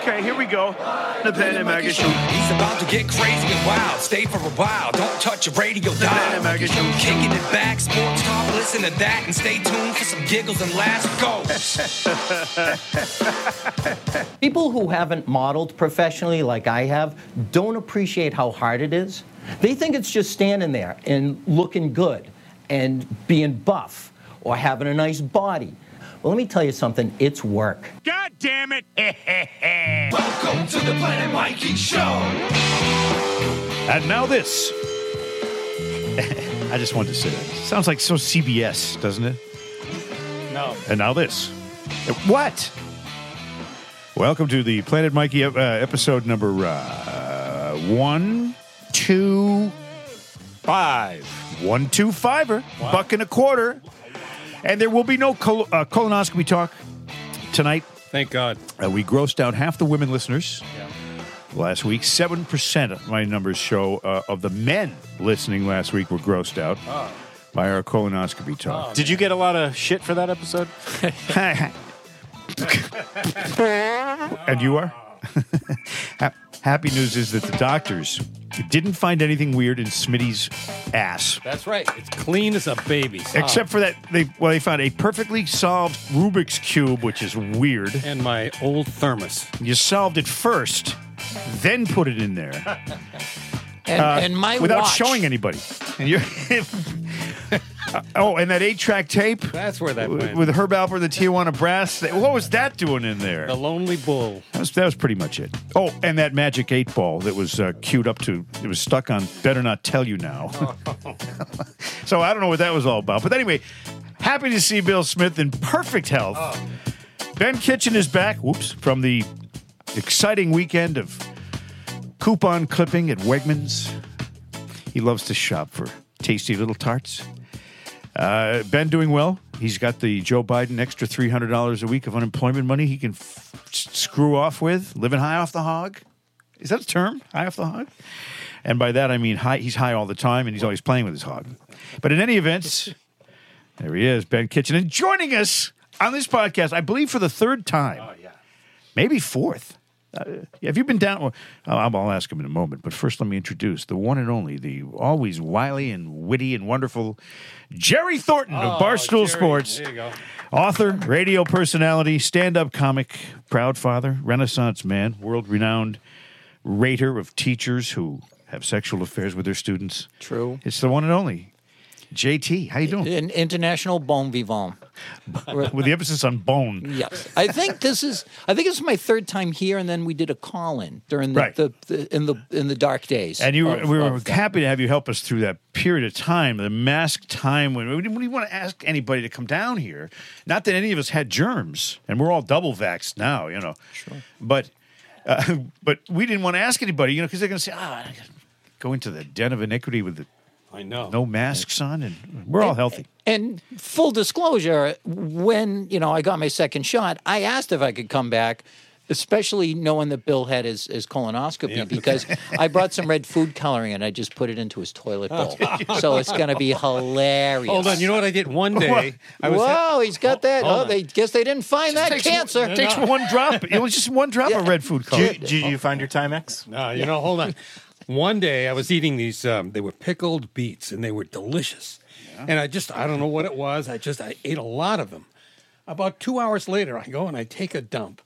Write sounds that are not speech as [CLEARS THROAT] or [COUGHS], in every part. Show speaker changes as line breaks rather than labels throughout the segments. Okay, here we go. The Pen and Maggie Show.
He's about to get crazy and wild. Stay for a while. Don't touch your radio
Pen
dial.
and Maggie Show.
Kicking it back, sports talk. Listen to that and stay tuned for some giggles and laughs. Go.
People who haven't modeled professionally like I have don't appreciate how hard it is. They think it's just standing there and looking good and being buff or having a nice body. Well, let me tell you something, it's work.
God damn it! [LAUGHS]
Welcome to the Planet Mikey Show.
And now this. [LAUGHS] I just wanted to say that. Sounds like so CBS, doesn't it?
No.
And now this. What? Welcome to the Planet Mikey uh, episode number uh, one, two,
Five.
one, two, fiver, buck and a quarter. And there will be no col- uh, colonoscopy talk tonight.
Thank God.
Uh, we grossed out half the women listeners
Yeah.
last week. Seven percent of my numbers show uh, of the men listening last week were grossed out by our colonoscopy talk.
Did you get a lot of shit for that episode?
[LAUGHS] and you are. [LAUGHS] Ha- Happy news is that the doctors didn't find anything weird in Smitty's ass,
That's right. It's clean as a baby.
except for that they well they found a perfectly solved Rubik's cube, which is weird.
and my old thermos.
You solved it first, then put it in there. Uh,
And, and my
without
watch,
showing anybody. And you're [LAUGHS] oh, and that eight-track tape
That's where that
w-
went.
with Herb Alpert, the Tijuana Brass. What was that doing in there?
the Lonely Bull.
That was, that was pretty much it. Oh, and that magic eight ball that was uh, queued up to, it was stuck on Better Not Tell You Now. [LAUGHS] so I don't know what that was all about. But anyway, happy to see Bill Smith in perfect health. Ben Kitchen is back, whoops, from the exciting weekend of coupon clipping at Wegmans. He loves to shop for tasty little tarts. Uh, ben doing well. He's got the Joe Biden extra three hundred dollars a week of unemployment money he can f- s- screw off with, living high off the hog. Is that a term? High off the hog. And by that I mean high. He's high all the time, and he's always playing with his hog. But in any event, [LAUGHS] there he is, Ben Kitchen, and joining us on this podcast, I believe for the third time. Oh yeah, maybe fourth. Uh, have you been down? Well, I'll I'll ask him in a moment, but first let me introduce the one and only, the always wily and witty and wonderful Jerry Thornton of Barstool
Oh, Jerry,
Sports.
there you go.
Author, radio personality, stand up comic, proud father, renaissance man, world renowned rater of teachers who have sexual affairs with their students.
True.
It's the one and only JT. How you doing?
An international bon vivant.
With the emphasis on bone.
Yes, I think this is. I think it's my third time here, and then we did a call in during the,
Right.
the, the in the in the dark days.
And you, were
of-
we were
of that.
happy to have you help us through that period of time, the mask time when we didn't, we didn't want to ask anybody to come down here. Not that any of us had germs, and we're all double vaxxed now, you know. Sure. But, uh, [LAUGHS] but we didn't want to ask anybody, you know, because they're going to say, ah, I gotta go into the den of iniquity with the
I know.
no masks on, and we're all healthy.
And full disclosure, when you know I got my second shot, I asked if I could come back, especially knowing that Bill had his, his
[LAUGHS]
colonoscopy because I brought some red food coloring and I just put it into his toilet bowl.
[LAUGHS]
so it's going to be hilarious.
Oh. Hold on. You know what I did one [LAUGHS] day? I
Whoa,
ha-
he's got that.
hold
Oh,
on.
they guess they didn't find that
takes one-
cancer.
It takes one drop. It was just one drop of
Yeah.
red food color.
Did, did you find your Timex?
No, Uh, you know,
[LAUGHS]
hold on. One day I was eating these, um, they were pickled beets and they were delicious. And I just, I don't know what it was. I just, I ate a lot of them. About two hours later, I go and I take a dump.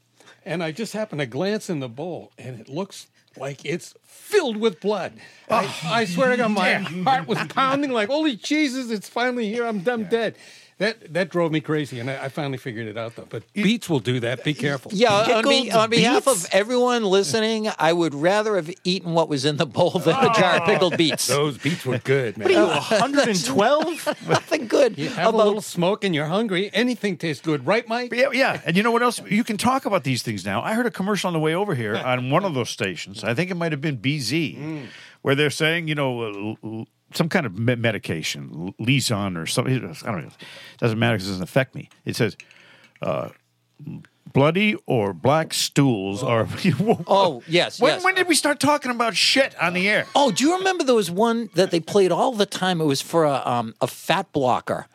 And I just happen to glance in the bowl and it looks like it's filled with blood.
Oh.
I, I swear to God,
[LAUGHS]
my heart was pounding like, holy Jesus, it's finally here. I'm dumb dead. That, that drove me crazy, and I, I finally figured it out though. But beets will do that. Be careful.
Yeah, on, be,
Pickled
on behalf of
beets?
everyone listening, I would rather have eaten what was in the bowl than a jar of
Oh. [LAUGHS]
pickled beets.
those beets were good, man.
112?
Nothing good
You have a little
about
smoke and you're hungry. Anything tastes good, right, Mike?
Yeah, yeah, and you know what else? You can talk about these things now. I heard a commercial on the way over here on one of those stations. I think it might have been BZ,
Mm.
where they're saying, you know, uh, l- l- some kind of me- medication, l- Lizon or something. I don't know. It doesn't matter because it doesn't affect me. It says, uh, bloody or black stools are. [LAUGHS]
Oh, yes,
When,
yes.
when did we start talking about shit on the air?
Oh, do you remember there was one that they played all the time? It was for a um, a fat blocker.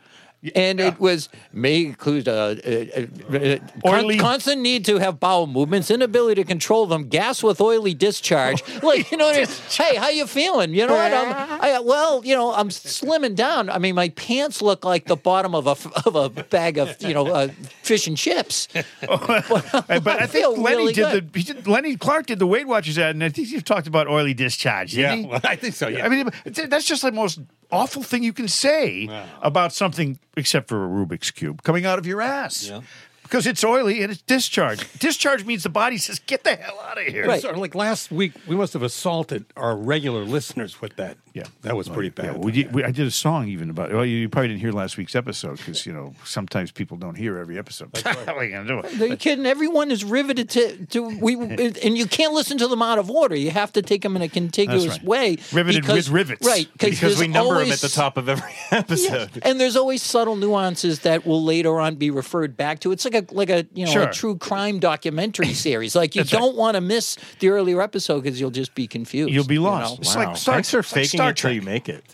And it was may include uh, a, a, a-
Oily-
uh, constant need to have bowel movements, inability to control them, gas with oily discharge. like you know, what I mean? hey, how you feeling? You know what? I'm, I, well, you know, I'm slimming down. I mean, my pants look like the bottom of a f- of a bag of you know uh, fish and chips.
Hey, [LAUGHS] but I,
I
think
feel
Lenny
really
did
good.
the he did, Lenny Clark did the Weight Watchers ad, and I think he talked about oily discharge. didn't
Yeah,
he?
well, I think so. Yeah.
I mean, th- that's just the most awful thing you can say about something, except for a Rubik's cube coming out of your ass.
Yeah.
Because it's oily and it's discharge. discharge means the body says, "Get the hell out of here."
Right.
Sort of like last week, we must have assaulted our regular listeners with that.
Yeah.
that was pretty bad.
Yeah, we, did- we, I did a song even about. Well, you, you probably didn't hear last week's episode because you know sometimes people don't hear every episode. What are you gonna do?
Are you kidding? Everyone is riveted to, to we, and you can't listen to them out of order. You have to take them in a contiguous
That's right.
way.
Riveted with rivets.
right?
Because
Because we
there's
number them at
always-
the top of every
[LAUGHS] Yes,
episode.
and there's always subtle nuances that will later on be referred back to. It's like a like a you know
Sure.
a true
[COUGHS]
crime documentary series. Like you don't want to miss the earlier episode because you'll just be confused.
You'll be
you know?
lost. It's
Wow.
like Star-
Thanks for
it's like
faking
Star
it till you
Trek.
make it.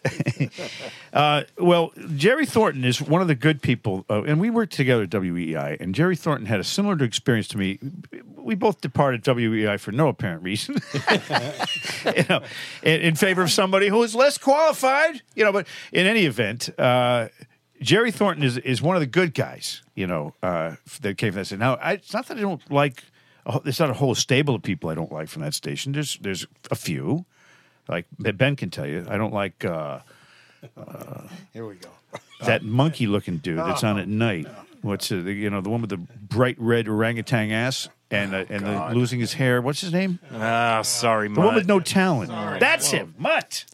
[LAUGHS] Uh, well, Jerry Thornton is one of the good people, uh, and we worked together at WEI. And Jerry Thornton had a similar experience to me. We both departed WEI for no apparent reason, [LAUGHS] you know, in, in favor of somebody who is less qualified, you know. But in any event, uh, Jerry Thornton is is one of the good guys, you know, uh, that came from that. station. Now, I, it's not that I don't like. a whole- It's not a whole stable of people I don't like from that station. There's there's a few, like Ben can tell you. I don't like. Uh,
Here we go.
[LAUGHS] that monkey looking dude that's on at night. What's uh, the, you know the one with the bright red orangutan ass and uh, and the, losing his hair. What's his name?
Ah, sorry,
The one with
Mutt.
no talent. That's him, Mutt.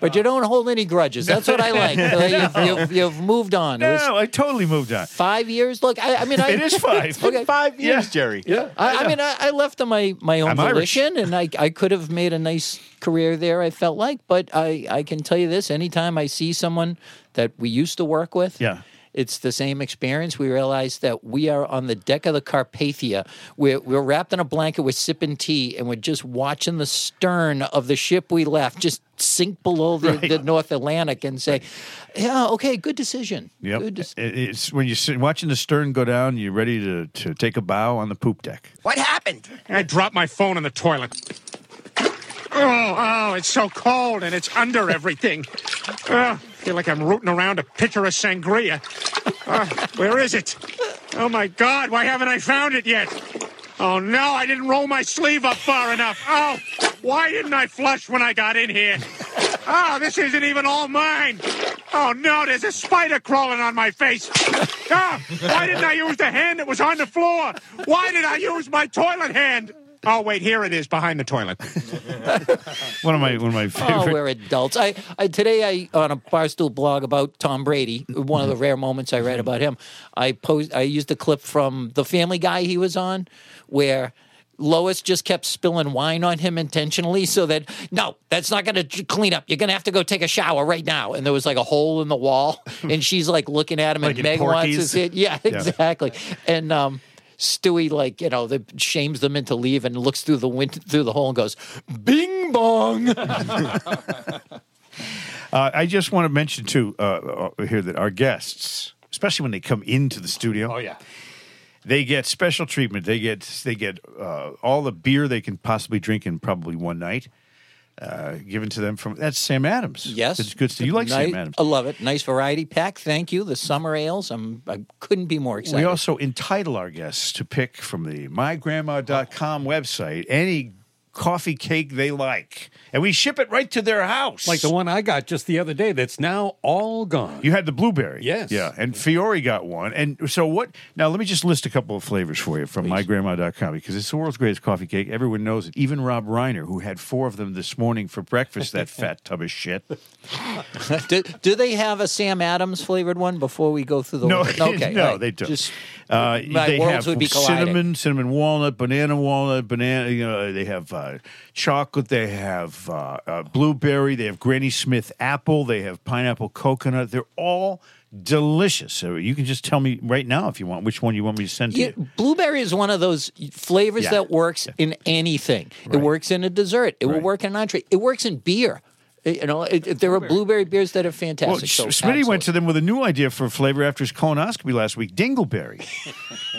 But you don't hold any grudges. That's
[LAUGHS]
what I like. you've, you've, you've moved on. It was
No, I totally moved on.
five years. Look, I, I mean, I,
It is
[LAUGHS]
five.
Okay.
Five years,
Yeah.
Jerry.
Yeah,
I, I mean, I, I left on my, my own
I'm Irish.
volition, and I, I could have made a nice career there, I felt like. But I, I can tell you this anytime I see someone that we used to work with,
Yeah.
it's the same experience. We realize that we are on the deck of the Carpathia. We're, we're wrapped in a blanket, we're sipping tea, and we're just watching the stern of the ship we left just sink below the, the North Atlantic and say, yeah, okay, good decision.
Yep.
Good dec-
It- it's when you're sit- watching the stern go down, you're ready to, to take a bow on the poop deck.
What happened?
I dropped my phone in the toilet. Oh, oh, it's so cold and it's under everything. Oh, feel like I'm rooting around a pitcher of sangria. Oh, [LAUGHS] where is it? Oh my God, why haven't I found it yet? Oh no, I didn't roll my sleeve up far enough. Oh, why didn't I flush when I got in here? Oh, this isn't even all mine. Oh no, there's a spider crawling on my face. Oh, why didn't I use the hand that was on the floor? Why did I use my toilet hand? Oh wait, here it is behind the toilet.
One of my one of my
Oh,
favorite.
we're adults. I, I today I on a barstool blog about Tom Brady. One
Mm-hmm.
of the rare moments I read about him. I posed. I used a clip from The Family Guy he was on, where Lois just kept spilling wine on him intentionally, so that no, that's not going to j- clean up. You're going to have to go take a shower right now. And there was like a hole in the
[LAUGHS]
wall, and she's like looking at him,
Like in
and Meg wants to
Porky's.
see it.
[LAUGHS]
Yeah, exactly. And um. Stewie, like you know, the, shames them into leave and looks through the wind through the hole and goes, "Bing bong."
Uh, I just want to mention too uh, uh, here that our guests, especially when they come into the studio,
Oh yeah.
they get special treatment. They get they get uh, all the beer they can possibly drink in probably one night, uh, given to them from that's Sam Adams.
Yes,
it's good. stuff. You like
Ni-
Sam Adams?
I love it. Nice variety pack. Thank you. The summer ales. I'm. I couldn't be more excited.
We also entitle our guests to pick from the mygrandma.com website any coffee cake they like, and we ship it right to their house.
Like the one I got just the other day that's now all gone.
You had the blueberry.
Yes.
Yeah. And Fiore got one. And so what now let me just list a couple of flavors for you from mygrandma.com because it's the world's greatest coffee cake. Everyone knows it. Even Rob Reiner, who had four of them this morning for breakfast, that fat tub of shit.
[LAUGHS] do, do they have a Sam Adams flavored one before we go through the?
No, [LAUGHS]
list? okay,
no,
all right.
they don't.
Just
Uh,
my
they
worlds
have
would be colliding.
cinnamon, cinnamon walnut, banana walnut, banana. You know, they have uh, chocolate. They have uh, uh, blueberry. They have Granny Smith apple. They have pineapple coconut. They're all delicious. So you can just tell me right now if you want which one you want me to send to
Yeah,
you.
blueberry is one of those flavors
Yeah.
that works in anything. It works in a dessert. It will
Right.
work in an entree. It works in beer. You know, it, it- there are blueberry beers that are fantastic.
Well,
so
Sh- Smitty went to them with a new idea for flavor after his colonoscopy last week,
[LAUGHS]
dingleberry,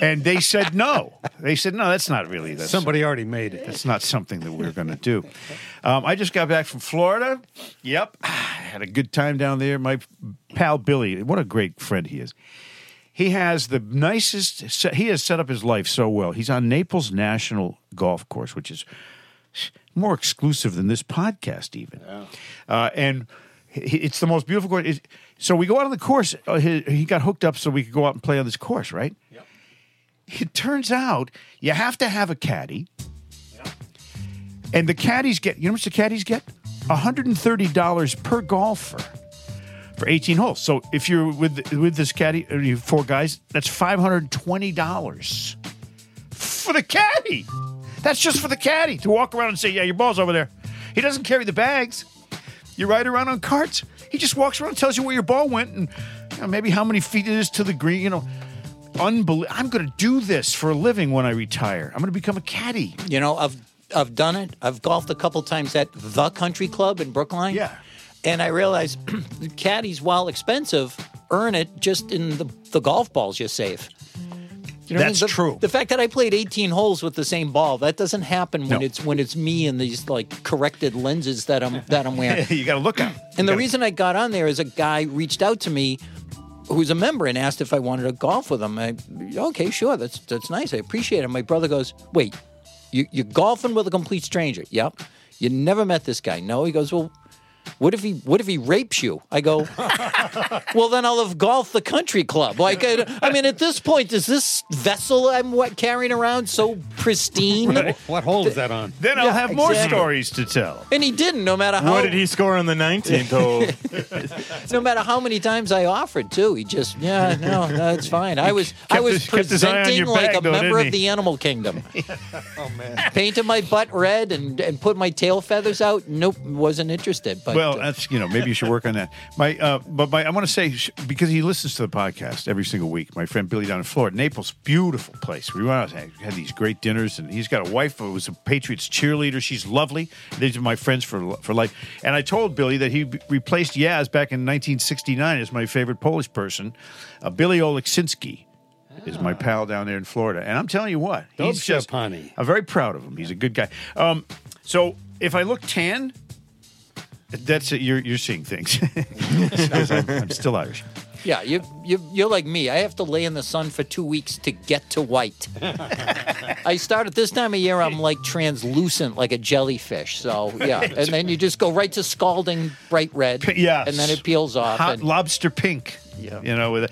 and they said no. They said no, that's not really that's
Somebody already made it.
That's not something that we're going to do. Um, I just got back from Florida. Yep, [SIGHS] had a good time down there. My pal Billy, what a great friend he is. He has the nicest. set- He has set up his life so well. He's on Naples National Golf Course, which is more exclusive than this podcast, even. Uh, and he- he- it's the most beautiful course. It- So we go out on the course. Uh, He he got hooked up so we could go out and play on this course, right? It turns out you have to have a caddy. And the caddies get, you know how much the caddies get? $130 per golfer for 18 holes. So if you're with with this caddy, or you four guys, that's $520 for the caddy. That's just for the caddy to walk around and say, yeah, your ball's over there. He doesn't carry the bags. You ride around on carts. He just walks around, tells you where your ball went, and you know, maybe how many feet it is to the green. You know, unbelievable. I'm going to do this for a living when I retire. I'm going to become a caddy.
You know, I've I've done it. I've golfed a couple times at the country club in Brookline.
Yeah.
And I realized [CLEARS THROAT] the caddies, while expensive, earn it just in the, the golf balls you save. You what
That's
The-
true.
The fact that I played 18 holes with the same ball, that doesn't happen when
No.
it's when it's me and these like corrected lenses that I'm that I'm
[LAUGHS]
wearing.
you got to look out.
And
You
the
gotta-
reason I got on there is a guy reached out to me who's a member and asked if I wanted to golf with him. I okay, sure, that's that's nice. I appreciate it. My brother goes, Wait, you you're golfing with a complete stranger. Yep. You never met this guy. No, he goes, Well, what if he what if he rapes you? I go, [LAUGHS] Well then I'll have golfed the country club. Like I, I mean at this point, is this vessel I'm what carrying around so pristine?
What hole is that on?
Then I'll
Yeah,
have more
exactly.
stories to tell.
And he didn't, no matter how
What did he score on the 19th hole?
[LAUGHS] No matter how many times I offered, too, he just yeah, no, no, it's fine. I was I
kept
was
his- kept his eye on
presenting
your
like
bag,
a
though,
member
didn't
of
he?
the
[LAUGHS]
animal kingdom. oh man! Painted my butt red and and put my tail feathers out. Nope, wasn't interested. But
Well,
uh,
that's you know maybe you should work on that. My uh, but my I want to say sh- because he listens to the podcast every single week. My friend Billy down in Florida, Naples, beautiful place. We went out and had these great dinners, and he's got a wife who was a Patriots cheerleader. She's lovely. These are my friends for for life. And I told Billy that he b- replaced Yaz back in 1969 as my favorite Polish person, uh, Billy Oleksynski. Is
Ah.
my pal down there in Florida, and I'm telling you what, he's
Dope
just.
Chapani.
I'm very proud of him. He's a good guy. Um, so if I look tan, that's it. You're you're seeing things.
[LAUGHS]
'Cause I'm, I'm still Irish.
yeah, you you you're like me. I have to lay in the sun for two weeks to get to white.
[LAUGHS]
I start at this time of year. I'm like translucent, like a jellyfish. So
[LAUGHS]
yeah, and then you just go right to scalding bright red.
Yeah,
and then it peels off.
Hot
and,
lobster pink. Yeah, you know with a,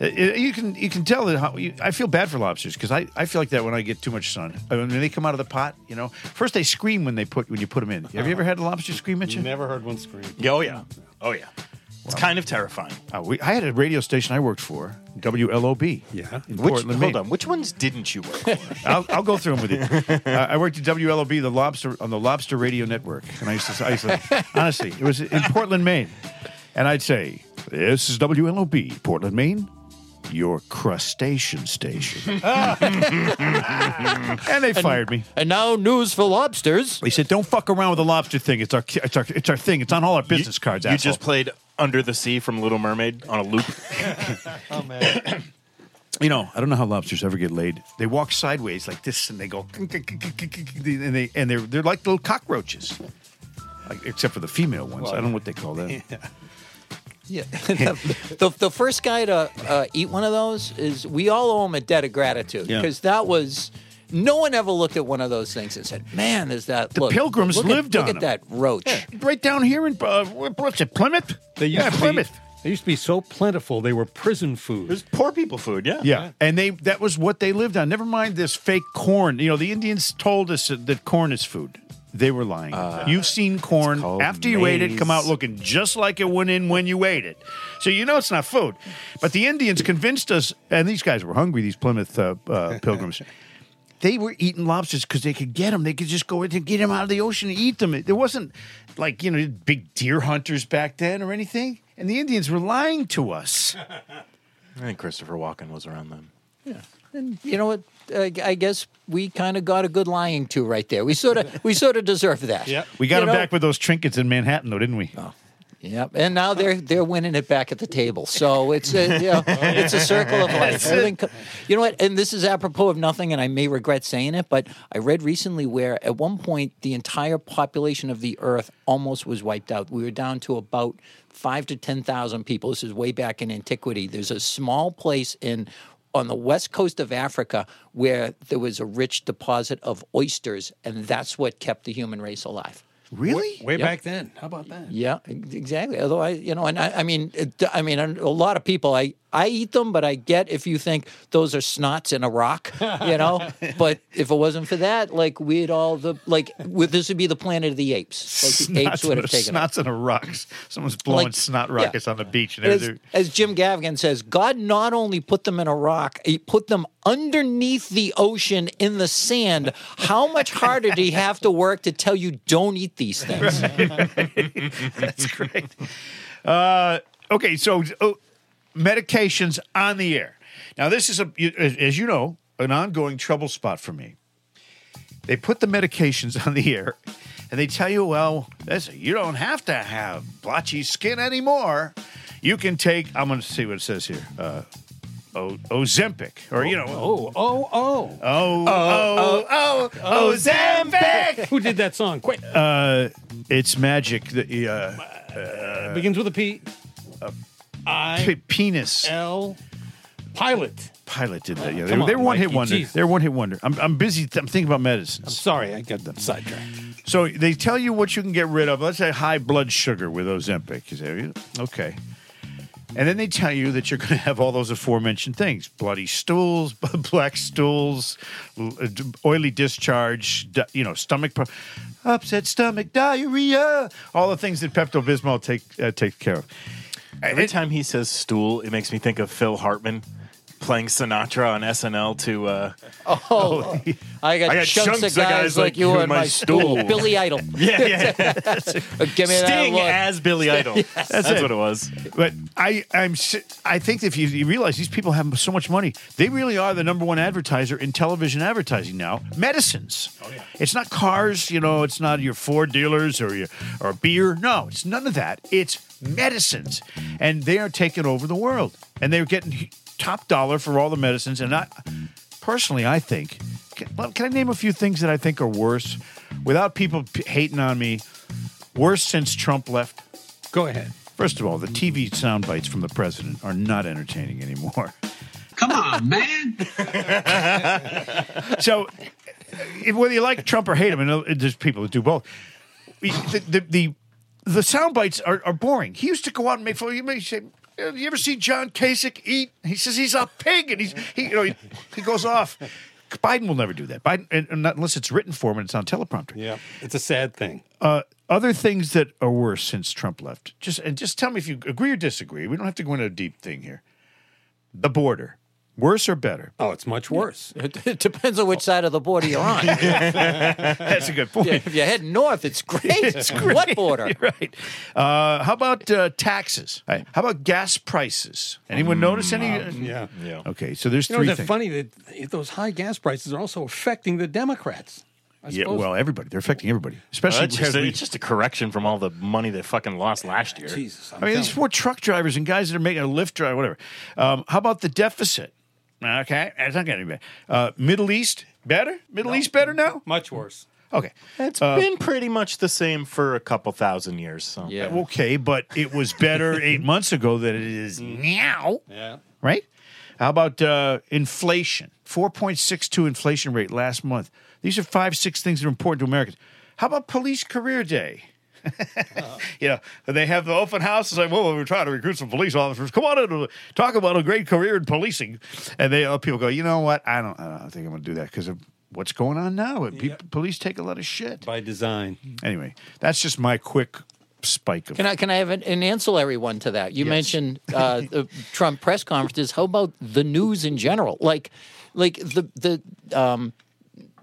it- it- you can you can tell that how, you, I feel bad for lobsters because I, I feel like that when I get too much sun. I mean, when they come out of the pot, you know, first they scream when they put when you put them in. Have you ever had a lobster scream at you?
Never heard one scream.
Yeah, oh, yeah. Oh, yeah. It's kind of terrifying.
Oh, we, I had a radio station I worked for, WLOB.
Yeah.
in
Which,
Portland,
hold
Maine.
on. Which ones
[LAUGHS]
didn't you work for?
I'll, I'll go through them with you. Uh, I worked at WLOB, the lobster on the Lobster Radio Network, and I used to, I used to honestly, it was in Portland, Maine, and I'd say, "This is WLOB, Portland, Maine." Your crustacean [LAUGHS] station, and they fired me.
and now news for lobsters.
They said, "Don't fuck around with the lobster thing. It's our, it's our, it's our thing. It's on all our business cards."
You
asshole."
just played Under the Sea from Little Mermaid on a loop.
You know, I don't know how lobsters ever get laid. They walk sideways like this, and they go, and they and they're they're like little cockroaches, like, except for the female ones. I don't know what they call [LAUGHS] them. [LAUGHS]
Yeah. [LAUGHS] the, the, the first guy to uh, eat one of those is we all owe him a debt of gratitude
Yeah.
because that was no one ever looked at one of those things and said, "Man, there's that."
The
look,
Pilgrims
look
lived
at,
on
Look at that roach.
Right down here in uh, where- what's it, Plymouth?
They used,
yeah,
to be,
Plymouth.
they used to be so plentiful, they were prison food.
There's poor people food, yeah.
Yeah, and they that was what they lived on. Never mind this fake corn. You know, the Indians told us that, that corn is food. They were lying. You've seen corn
Uh, called
after you ate it come out
maize.
looking just like it went in when you ate it. So you know it's not food. But the Indians convinced us, and these guys were hungry. These Plymouth uh, uh,
[LAUGHS]
pilgrims. They were eating lobsters because they could get them. They could just go in and get them out of the ocean and eat them. There wasn't like you know big deer hunters back then or anything. And the Indians were lying to us.
I think Christopher Walken was around them.
And you know what? I, I guess we kind of got a good lying to right there. We sort of we sort of deserve that.
Yep.
We got
You
him
know? Oh,
back with those trinkets in Manhattan, though, didn't we?
Yep. And now they're they're winning it back at the table. So it's a you know, it's a circle of life. Everything co- you know what? And this is apropos of nothing, and I may regret saying it, but I read recently where at one point the entire population of the Earth almost was wiped out. We were down to about five to ten thousand people. This is way back in antiquity. There's a small place in on the west coast of Africa where there was a rich deposit of oysters, and that's what kept the human race alive.
Really?
Way back then. How about that?
Yeah, ex- exactly. Although I, you know, and I, I mean, it, I mean, a lot of people, I, I eat them, but I get if you think those are snots in a rock, you
[LAUGHS]
know. but if it wasn't for that, like we'd all the like, would this would be the Planet of the Apes? Like the apes
[LAUGHS] Snots
would
and, a,
have taken.
snots and a rocks. Someone's blowing
Like-
snot
yeah.
rockets on the beach, and
it. As,
they're-
as Jim Gaffigan says, God not only put them in a rock, He put them underneath the ocean in the sand. How much harder did He have to work to tell you don't eat these things?
[LAUGHS] That's great. Uh, okay, so oh, medications on the air. Now, this is a you- as as you know an ongoing trouble spot for me. They put the medications [LAUGHS] on the air, and they tell you, well, that's you don't have to have blotchy skin anymore. You can take. I'm going to see what it says here. Uh, O- Ozempic, or you know, oh,
Oh, oh, oh.
oh, oh, oh, Ozempic.
Who did that song? Quick.
It's magic. The uh,
it begins with a P.
pe- penis.
L. Pilot.
Pilot did that. Yeah, they,
come
they're
on,
one hit
Mikey,
wonder.
geez.
They're one hit wonder. I'm, I'm busy. I'm thinking about medicines.
Sorry, I got that sidetracked.
So they tell you what you can get rid of. Let's say high blood sugar with Ozempic. You say, okay. And then they tell you that you're going to have all those aforementioned things: bloody stools, [LAUGHS] black stools, l- uh, d- oily discharge, di- you know, stomach, pro- upset stomach, diarrhea, all the things that Pepto Bismol take uh, takes care of.
Every time he says stool, it makes me think of Phil Hartman playing Sinatra on SNL to uh,
Oh, [LAUGHS] I got,
I got
chunks, of guys, like you in my stool. [LAUGHS] Billy Idol.
[LAUGHS]
yeah, yeah.
Give me that
Sting
look.
as Billy Idol. That's,
it.
what it was.
But I, I'm, si- I think if you, you realize these people have so much money, they really are the number one advertiser in television advertising now. Medicines. Oh yeah. It's not cars, you know. It's not your Ford dealers or your or beer. No, it's none of that. It's medicines, and they are taking over the world, and they're getting hu- top dollar for all the medicines. And I, personally, I think, can, well, can I name a few things that I think are worse, without people p- hating on me? Worse since Trump left.
Go ahead.
First of all, the TV sound bites from the president are not entertaining anymore.
Come on, man.
[LAUGHS] So, if, whether you like Trump or hate him, and there's people that do both, the the the, the sound bites are, are boring. He used to go out and make fun. You may say, "You ever see John Kasich eat?" He says he's a pig, and he's he you know he, he goes off. Biden will never do that. Biden, and, and not unless it's written for him and it's on teleprompter.
Yeah. It's a sad thing.
Uh, other things that are worse since Trump left. Just and just tell me if you agree or disagree. We don't have to go into a deep thing here. The border, worse or better?
Oh, it's much worse.
It, it depends on which side of the border you're [LAUGHS] on. Yeah,
That's a good point. [LAUGHS]
if you're heading north, it's great. [LAUGHS] What border?
Right. Uh, how about uh, taxes? All right. How about gas prices? Anyone notice any? uh,
Yeah.
Yeah.
Okay, so there's
You know,
three
isn't it
things.
funny that those high gas prices are also affecting the Democrats? I
Yeah,
suppose-
well, everybody. They're affecting everybody, especially.
It's just,
as we-
it's just a correction from all the money they fucking lost last year.
Jesus. I'm
I mean,
telling
there's four truck drivers and guys that are making a lift drive, whatever. Um, how about the deficit? Okay, that's not getting better. Uh, Middle East better? Middle East better now?
you. much worse.
Okay, Uh,
It's been pretty much the same for a couple thousand years. So.
Yeah.
Uh, okay, but it was better eight months ago than it is now.
Yeah.
right? How about uh, inflation? 4.62 inflation rate last month. These are five, six things that are important to Americans. How about police career day? [LAUGHS] you know, when they have the open house and say, well, we're trying to recruit some police officers. Come on in and talk about a great career in policing. And they uh, people go, you know what? I don't, I don't think I'm going to do that because of what's going on now. People, Police take a lot of shit.
By design.
Anyway, that's just my quick spike of
Can I can I have an, an ancillary one to that? You mentioned uh, the Trump press conferences. How about the news in general? Like, like the the um,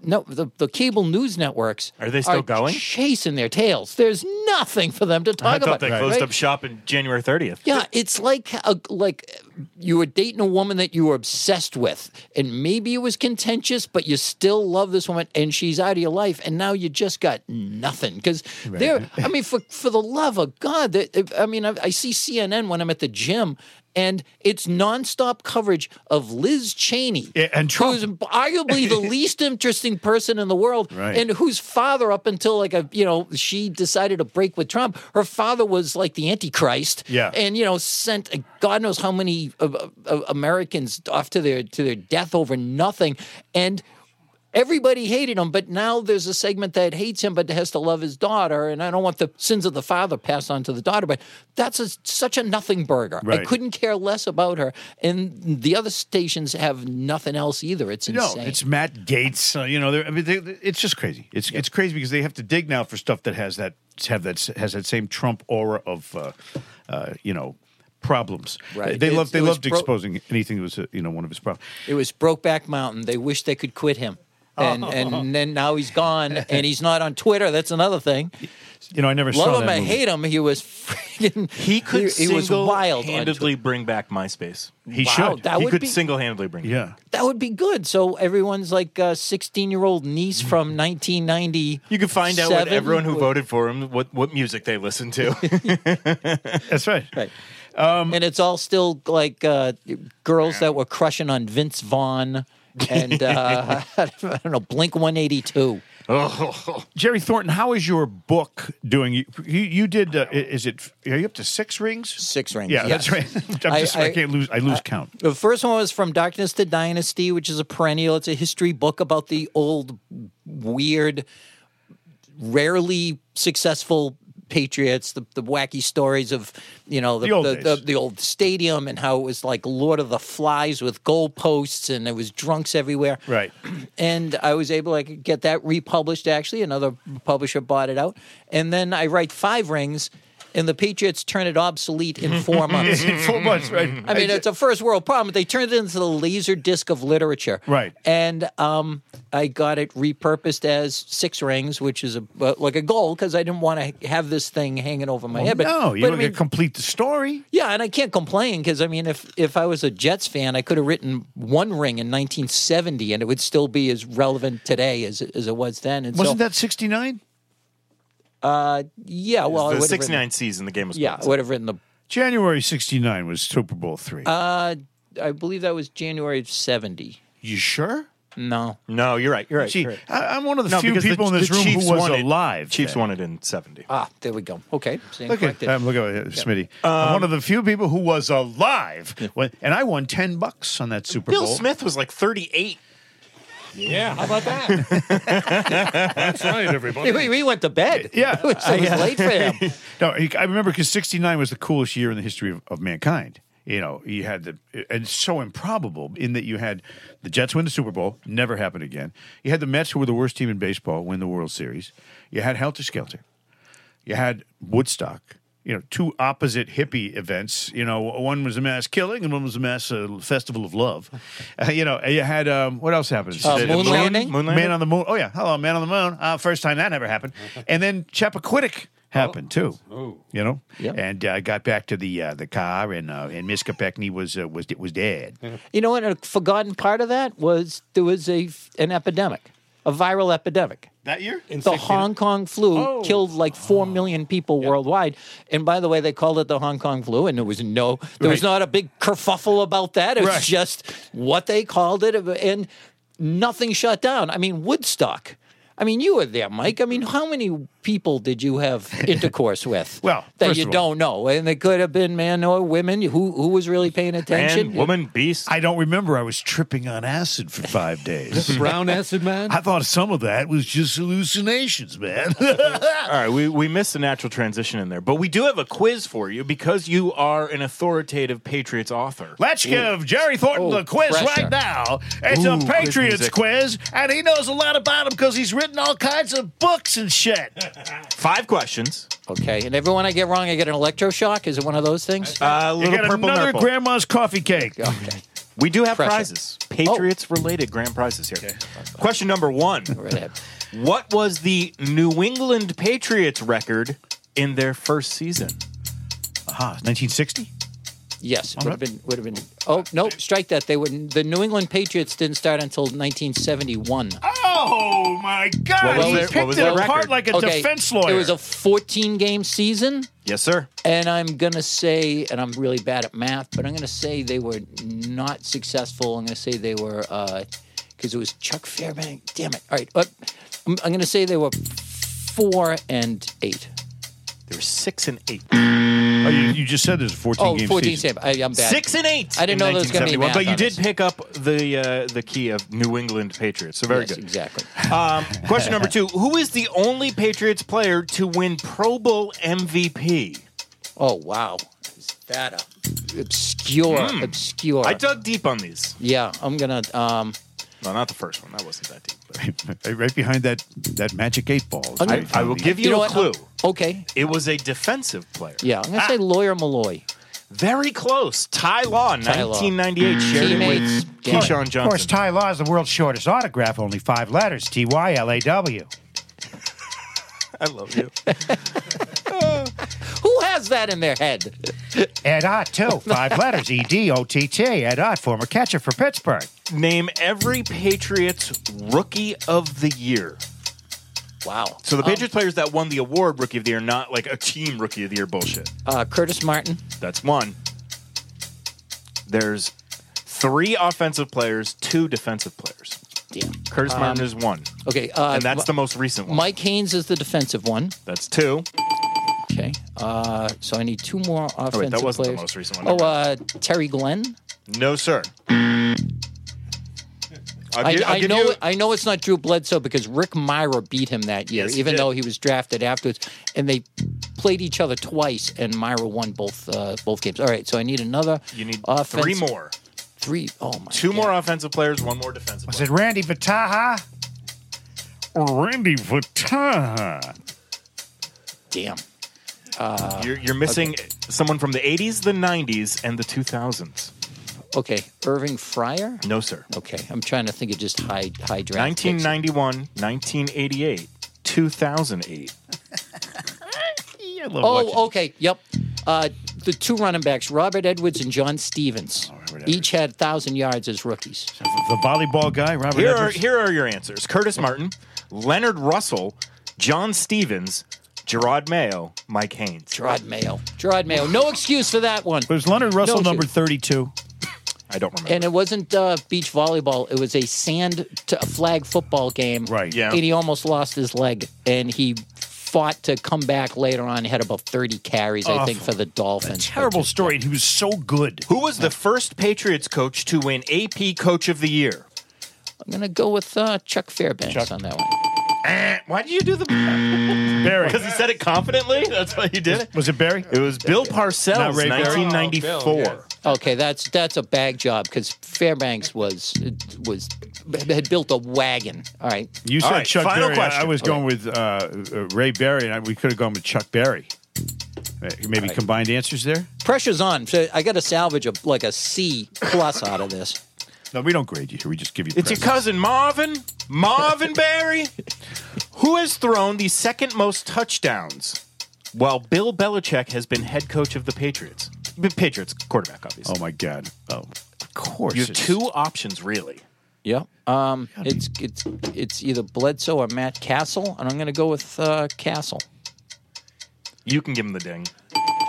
no the, the cable news networks
Are they still going?
chasing their tails? There's nothing for them to talk
I
about.
thought they closed
right?
up shop in January 30th.
Yeah, it's like a, like you were dating a woman that you were obsessed with, and maybe it was contentious, but you still love this woman, and she's out of your life, and now you just got nothing because they're. I mean, for for the love of God, they- if- I mean, I, I see CNN when I'm at the gym. And it's nonstop coverage of Liz Cheney,
Yeah, and
who is
Trump.
arguably the least interesting person in the world,
Right.
and whose father, up until like a you know, she decided to break with Trump. Her father was like the Antichrist,
Yeah.
and you know, sent uh, God knows how many uh, uh, Americans off to their to their death over nothing, and everybody hated him. But now there's a segment that hates him, but has to love his daughter. And I don't want the sins of the father passed on to the daughter, but that's a, such a nothing burger. I
Right.
couldn't care less about her, and the other stations have nothing else either. It's
No,
insane.
it's Matt Gates. Uh, you know, they're- I mean, they, they- it's just crazy. It's it's crazy because they have to dig now for stuff that has that have that s- has that same Trump aura of, uh, uh, you know, problems.
Right.
They
It's-
love they
it was
loved
pro-
exposing anything that was uh, you know one of his problems.
It was Brokeback Mountain. They wish they could quit him. And,
Oh.
and then now he's gone and he's not on Twitter. That's another thing.
You know, I never saw
Love
that
him or
movie.
hate him, he was freaking.
[LAUGHS] He could
He, was wild. on Twitter.
handedly bring back MySpace.
He
Wow,
should.
that
he
would
could
be
single handedly bring it.
yeah.
that would be good. So everyone's like a sixteen-year-old niece from nineteen ninety.
Mm. You could find out what
Seven
everyone who
would-
voted for him, what, what music they
[LAUGHS]
listened to.
That's right.
Right.
Um,
and it's all still like uh, girls that were crushing on Vince Vaughn
[LAUGHS]
and uh, [LAUGHS] I don't know Blink One Eighty Two.
Jerry Thornton, how is your book doing? You you, you did. Uh, i- is it? Are you up to six rings?
Six rings,
Yeah,
yes.
that's right. [LAUGHS] I'm
I-
just, I,
I-
can't lose. I lose count. [LAUGHS]
The first one was From Darkness to Dynasty, which is a perennial. It's a history book about the old, weird, rarely successful patriots, the, the wacky stories of, you know, the,
The old
the, the,
days.
the old stadium and how it was like Lord of the Flies with goalposts and there was drunks everywhere.
Right.
[CLEARS THROAT] And I was able to like, get that republished, actually. Another publisher bought it out. And then I write Five Rings, and the Patriots turn it obsolete in four
[LAUGHS]
months.
In four months, right?
I mean, it's a first world problem. but They turned it into the laser disc of literature.
Right.
And um, I got it repurposed as Six Rings, which is a, uh, like a goal because I didn't want to have this thing hanging over my head. But,
Oh, no, you
but
don't
I mean,
get to complete the story.
yeah, and I can't complain because I mean, if if I was a Jets fan, I could have written One Ring in 1970, and it would still be as relevant today as as it was then. And
Wasn't
so,
that 69?
yeah, well, I
the
would have
69
written,
season, the game was
yeah, I
canceled.
would have written the.
January 69 was Super Bowl 3.
Uh, I believe that was January of 70.
you sure?
No,
No, you're right. You're right.
Gee,
you're right.
I, I'm one of the
No,
few
because the-
people in this
the
room
Chiefs
who was
won it.
alive.
Chiefs
then.
won it in 70.
ah, there we go. Okay, stand
Look at,
corrected.
um, look at uh, Smitty.
Um,
I'm one of the few people who was alive. When, and I won 10 bucks on that Super
Bill
Bowl.
Smith was like 38.
Yeah, how about that? That's right, everybody.
We, we went to bed.
[LAUGHS] Yeah.
it was, it was late for him.
No, he- I remember because '69 was the coolest year in the history of, of mankind. You know, you had the and it's so improbable in that you had the Jets win the Super Bowl, never happened again. You had the Mets, who were the worst team in baseball, win the World Series. You had Helter Skelter. You had Woodstock. You know, two opposite hippie events. You know, one was a mass killing, and one was a mass uh, festival of love. Uh, you know, and you had um, what else happened?
Uh,
The-
moon
the
landing?
Moon
Man on the Moon. Oh yeah, hello, Man on the Moon. Uh, first time that ever
[LAUGHS]
happened. And then Chappaquiddick happened too.
Oh,
You know,
Yep.
and uh, got back to the uh, the car, and uh, and Miss Kopechne was uh, was was dead.
[LAUGHS]
You know what? A forgotten part of that was there was a f- an epidemic, a viral epidemic.
That year,
The Hong Kong flu
Oh.
killed like four million people worldwide. And by the way, they called it the Hong Kong flu, and there was no, there was
Right.
not a big kerfuffle about that. It was
Right.
just what they called it, and nothing shut down. I mean, Woodstock. I mean, you were there, Mike. I mean, how many people did
[LAUGHS]
you have intercourse with?
Well,
that
first
you
of all-
don't know, and they could have been men or women. Who who was really paying attention? Ah.
Man, woman, beast.
I don't remember. I was tripping on acid for
[LAUGHS]
five days.
[LAUGHS] Brown acid man.
I thought some of that was just hallucinations,
[LAUGHS]
man.
All right, we, we missed a natural transition in there, but we do have a quiz for you because you are an authoritative Patriots author.
Let's give Jerry Thornton
Oh,
the quiz
pressure.
right now. It's
Ooh,
a
quiz
Patriots
music.
quiz, and he knows a lot about him because he's written all kinds of books and shit.
Five questions.
Okay, and everyone I get wrong, I get an electroshock. Is it one of those things?
Uh,
You
little
got
purple
another
nurple.
grandma's coffee cake.
Okay,
we do have
Pressure. Oh.
prizes, Patriots-related grand prizes here. Question number one:
right ahead.
What was the New England Patriots record in their first season.
Aha, 1960?
Yes,
All
would have
right.
been would have been. Oh no, strike that. They wouldn't. The New England Patriots didn't start until 1971.
Oh my God!
What was
he
their- what
picked
was
it
their
apart
record?
like a defense lawyer.
It was a 14 game season,
Yes, sir.
and I'm gonna say, and I'm really bad at math, but I'm gonna say they were not successful. I'm gonna say they were because it was Chuck Fairbank. Damn it! All right, but I'm, I'm gonna say they were four and eight.
They were six and eight.
Oh, you, you just said there's a 14
Oh,
game
14
season.
same. I, I'm bad.
Six and eight.
I didn't know
in
there was gonna be
1971,
math
But you
on
did
this.
pick up the uh, the key of New England Patriots. So very
Yes,
good.
Exactly.
Um, question
[LAUGHS]
number two: Who is the only Patriots player to win Pro Bowl MVP?
Oh wow, is that a obscure? Obscure.
Hmm. I dug deep on these.
yeah, I'm gonna. Um,
Well, not the first one. That wasn't that deep. but-
right behind that that magic eight ball. is
[LAUGHS] I-
where he
I
found
will
the-
give you,
you know
a
what? Um,
clue. Ah.
Okay.
It was a defensive player.
Yeah, I'm gonna say lawyer Malloy.
Very close. Ty Law,
Ty Law. Mm.
1998. Shared it
Teammates.
with
Yeah.
Keyshawn
Of course,
Johnson.
Ty Law is the world's shortest autograph, only five letters T Y L A W.
I
[LAUGHS]
love you.
Who has that in their head?
Ed Ott,
[LAUGHS]
too. Five letters E D O T T. Ed Ott, former catcher for Pittsburgh.
Name every Patriots Rookie of the Year.
Wow.
So the
Um,
Patriots players that won the award Rookie of the Year, not like a team Rookie of the Year bullshit.
uh, Curtis Martin.
That's one. There's three offensive players, two defensive players.
Damn.
Curtis Martin is one,
Okay. Uh,
and that's the most recent one.
Mike Haynes is the defensive one.
that's two.
Okay. Uh, so I need two more offensive
Oh wait, that wasn't
players.
the most recent
Oh,
one.
uh, Terry Glenn.
no, sir. I'll
I,
give- I'll
I
give
know.
you-
I know it's not Drew Bledsoe because Rick Myra beat him that year,
Yes, he
even
did.
though he was drafted afterwards, and they played each other twice, and Myra won both uh, both games. All right, so I need another.
You need
Uh, offense-
three more.
Three. Oh my.
Two
God.
more offensive players, one more defensive.
Was
player.
it Randy Vataha?
Randy Vataha.
Damn.
You're, you're missing someone from the 80s, the 90s, and the 2000s.
Okay, Irving Fryer.
No, sir.
Okay, I'm trying to think of just high high draft. picks.
1991, 1988, 2008.
Yeah, I love watching-
Oh, okay. Yep. Uh, the two running backs, Robert Edwards and John Stevens,
Oh,
Robert
each had thousand yards as rookies.
The volleyball guy, Robert
Here are,
Edwards.
here are your answers Curtis Martin, Leonard Russell, John Stevens, Gerard Mayo, Mike Haynes.
Gerard Mayo. Gerard Mayo. No excuse for that one.
Was Leonard Russell
No,
number
shoot.
32?
I don't remember.
And it wasn't uh, beach volleyball. It was a sand to a flag football game.
Right.
Yeah.
And he almost lost his leg, and he fought to come back later on. He had about 30 carries, I think, for the Dolphins.
Terrible story, and he was so good.
Who was the first Patriots coach to win AP Coach of the Year?
I'm going to go with uh, Chuck Fairbanks on that one.
Why did you do the.
Barry.
Because he said it confidently? That's why you did it?
Was it Barry?
It was Bill
Not
Parcells,
Ray Barry.
1994.
Okay, that's that's a bag job because Fairbanks was was had built a wagon. All right,
You
All
said
right,
Chuck
final
Berry. I- I
question.
was going with uh, uh, Ray Berry, and I, we could have gone with Chuck Berry. Uh, Maybe combined answers there?
pressure's on. So I got to salvage a like a C plus out of this.
No, we don't grade you here. We just give you
It's your
presents.
cousin Marvin,
[LAUGHS]
Marvin Barry, who has thrown the second most touchdowns while Bill Belichick has been head coach of the Patriots. The Patriots quarterback, obviously.
Oh, my God. Oh, of course.
you have
it's-
two options, really.
Yeah, um, it's it's it's either Bledsoe or Matt Castle, and I'm going to go with uh, Castle.
You can give him the ding.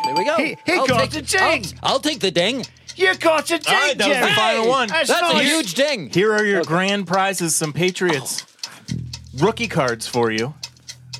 There we go.
He- he
I'll
got
take
the ding.
I'll, I'll take the ding.
You caught your ding,
All right, that was the
Jerry.
final one.
That's,
That's
not
a huge ding.
Here are your grand prizes, some Patriots
Oh.
rookie cards for you.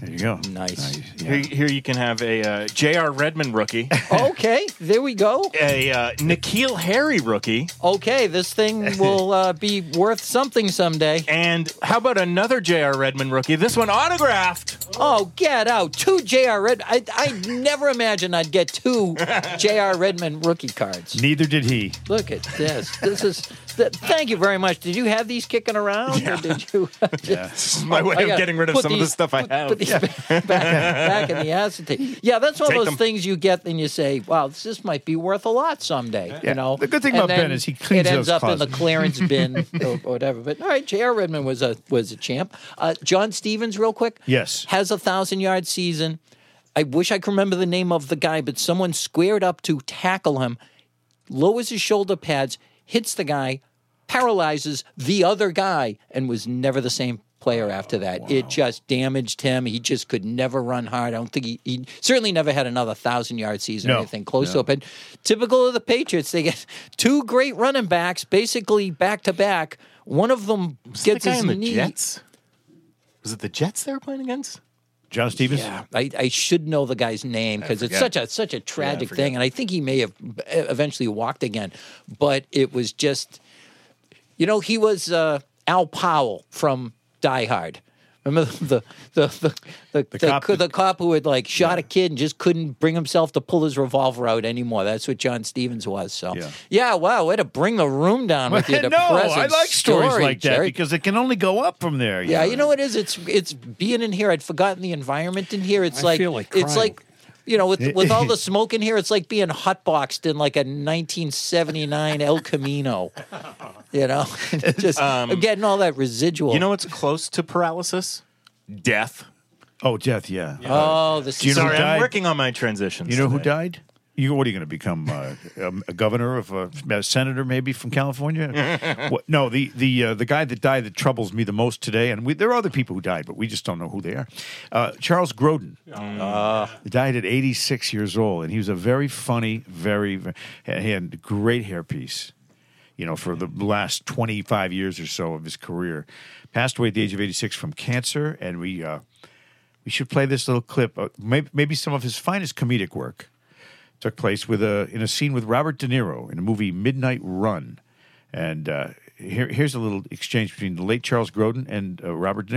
There you go.
Nice.
Here, here you can have a uh, J.R. Redmond rookie,
[LAUGHS] Okay, there we go.
a uh, Nikhil Harry rookie,
Okay, this thing will uh, be worth something someday.
and how about another J.R. Redmond rookie? This one autographed.
Oh, get out. Two J.R. Red. I, I never imagined I'd get two J.R. Redmond rookie cards.
Neither did he.
Look at this. This is. Th- thank you very much. Did you have these kicking around? Or did you? [LAUGHS]
It's my way
Oh, I
of
gotta
getting rid of
put
some of the
these-
stuff I
put-
have.
Put these back, back
[LAUGHS]
in the acetate. Yeah, that's one
Take
of those
them.
things you get and you say, wow, this, this might be worth a lot someday.
Yeah.
You know?
The good thing
And
about Ben
then
is he cleans
It ends
those
up in the
closets.
clearance
[LAUGHS]
bin or, or whatever. But all right, J.R. Redmond was a, was a champ. Uh, John Stevens, real quick.
Yes.
Has a thousand yard season. I wish I could remember the name of the guy, but someone squared up to tackle him, lowers his shoulder pads, hits the guy, paralyzes the other guy, and was never the same
Oh,
player after that. It just damaged him. He just could never run hard. I don't think he, he certainly never had another thousand yard season or
No.
anything close to it. But typical of the Patriots, they get two great running backs, basically back to back. One of them gets
the guy
his
in the
knee.
Jets? Was it the Jets they were playing against?
John Stevens?
Yeah, I, I should know the guy's name because it's such a such a tragic thing, and I think he may have e- eventually walked again, but it was just, you know, he was uh, Al Powell from Die Hard. Remember [LAUGHS] the the the the, the, the,
cop-
cop, the cop who had like shot a kid and just couldn't bring himself to pull his revolver out anymore. That's what John Stevens was. So
Yeah.
yeah, wow, way to bring the room down
[LAUGHS]
with your
no, I
depressing
like stories
story,
like that
Jerry.
because it can only go up from there.
Yeah, you know what it is? It's it's being in here. I'd forgotten the environment in here. It's
I
like,
feel like
it's
crying.
like you know, with
[LAUGHS]
with all the smoke in here, it's like being hotboxed in like a 1979 El Camino. You know, [LAUGHS] just I'm getting all that residual.
You know what's close to paralysis? Death.
Oh, death, yeah.
oh, this
you know
Sorry,
who died?
I'm working on my transitions.
You know who
today.
died? You, what are you going to become? Uh, [LAUGHS] um, a governor of uh, a senator, maybe from California? what, no, the the uh, the guy that died that troubles me the most today, and we, there are other people who died, but we just don't know who they are. Uh, Charles Grodin He died at 86 years old, and he was a very funny, very, ve- he had great hairpiece. You know, for the last 25 years or so of his career, passed away at the age of 86 from cancer, and we. Uh, we should play this little clip. Uh, may- maybe some of his finest comedic work took place with a in a scene with Robert De Niro in the movie Midnight Run. And uh, here, here's a little exchange between the late Charles Grodin and uh, Robert De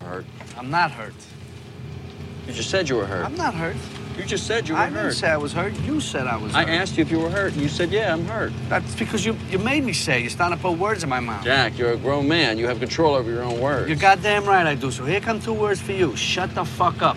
Niro.
I'm not hurt.
You just said you were hurt.
I'm not hurt.
You just said you were
I didn't
hurt.
say I was hurt. You said I was
I
hurt.
asked you if you were hurt, and you said, yeah, I'm hurt.
That's because you you made me say. You're starting to put words in my mouth.
Jack, you're a grown man. You have control over your own words.
You're goddamn right I do. So here come two words for you. Shut the fuck up.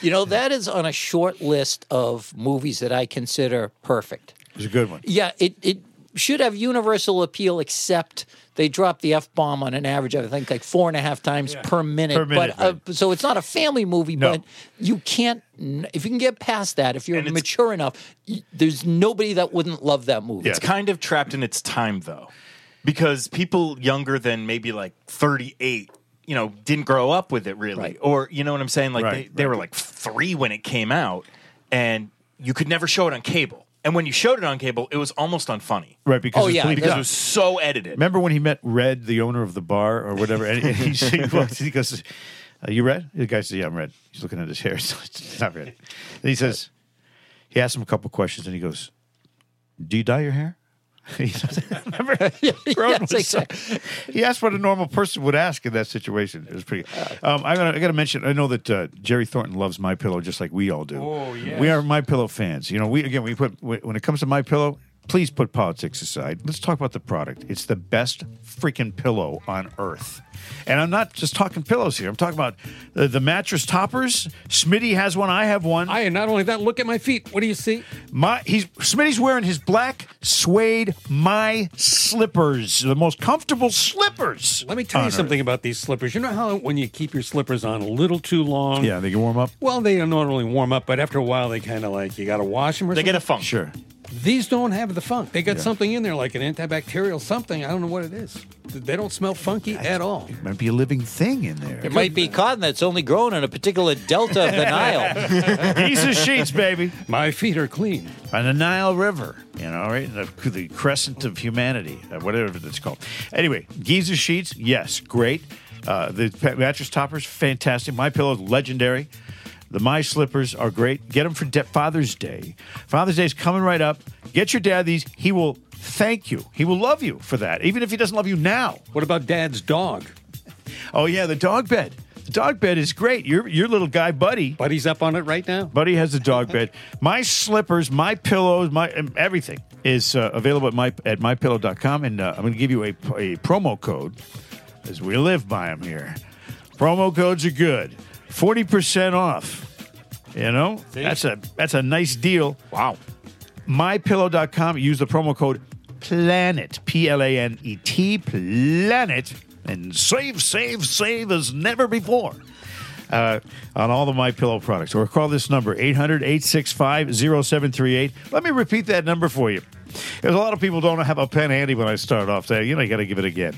you know that is on a short list of movies that I consider perfect.
It was a good one.
Yeah, it it should have universal appeal, except they drop the f bomb on an average of I think like four and a half times per minute.
Per minute,
but uh, so it's not a family movie,
No.
but you can't n- if you can get past that if you're
And it's-
mature enough. y there's nobody that wouldn't love that movie.
It's kind of trapped in its time though, because people younger than maybe like 38, you know, didn't grow up with it really,
Right.
or you know what I'm saying? Like
Right,
they, they were like three when it came out, and you could never show it on cable. And when you showed it on cable, it was almost unfunny.
Right, because
Oh,
it's
yeah,
bleeding
Because
yeah.
it
up.
was so edited.
Remember when he met Red, the owner of the bar or whatever, and and he, he, walks- he goes, "Are you Red?" The guy says, "Yeah, I'm Red." He's looking at his hair; [LAUGHS] it's not- it's not red. And he says, he asks him a couple questions, and he goes, "Do you dye your hair?" [LAUGHS] He does- Remember, Rowan was
yes, exactly.
so- he asked what a normal person would ask in that situation. It was pretty. Um, I got to mention. I know that uh, Jerry Thornton loves My Pillow just like we all do. Oh yeah, we are My Pillow fans. You know, we again we put when when it comes to My Pillow. Please put politics aside. Let's talk about the product. It's the best freaking pillow on earth. And I'm not just talking pillows here. I'm talking about the, the mattress toppers. Smitty has one. I have one.
I and not only that, look at my feet. What do you see?
My he's Smitty's wearing his black suede my slippers, the most comfortable slippers.
Let me tell
on
you
earth.
something about these slippers. You know how when you keep your slippers on a little too long?
Yeah, they can warm up.
Well, they don't normally warm up, but after a while, they kind of like you got to wash them. Or
They get a
something.
funk.
Sure.
These don't have the funk. They got something in there like an antibacterial something. I don't know what it is. They don't smell funky at all.
Might be a living thing in there.
It might be cotton that's only grown in a particular delta of the
[LAUGHS]
Nile.
These are sheets, baby.
My feet are clean.
[LAUGHS] On the Nile River, you know, right? The, the crescent of humanity, uh, whatever it's called. Anyway, Giza sheets, yes, great. Uh, the pa- mattress toppers, fantastic. My pillows, legendary. The My Slippers are great. Get them for De- Father's Day. Father's Day is coming right up. Get your dad these. He will thank you. He will love you for that, even if he doesn't love you now.
What about Dad's dog?
Oh, yeah, the dog bed. The dog bed is great. Your, your little guy, Buddy,
Buddy's up on it right now.
Buddy has a dog bed. My slippers, my pillows, my um, everything is uh, available at my at mypillow.com and uh, I'm going to give you a, a promo code as we live by them here. Promo codes are good. 40% off. You know? That's a that's a nice deal. Wow. mypillow.com use the promo code planet P L A N E T planet and save save save as never before. uh, on all the My Pillow products. Or call this number 800-865-0738. Let me repeat that number for you. There's a lot of people don't have a pen handy when I start off there. You know, you got to give it again.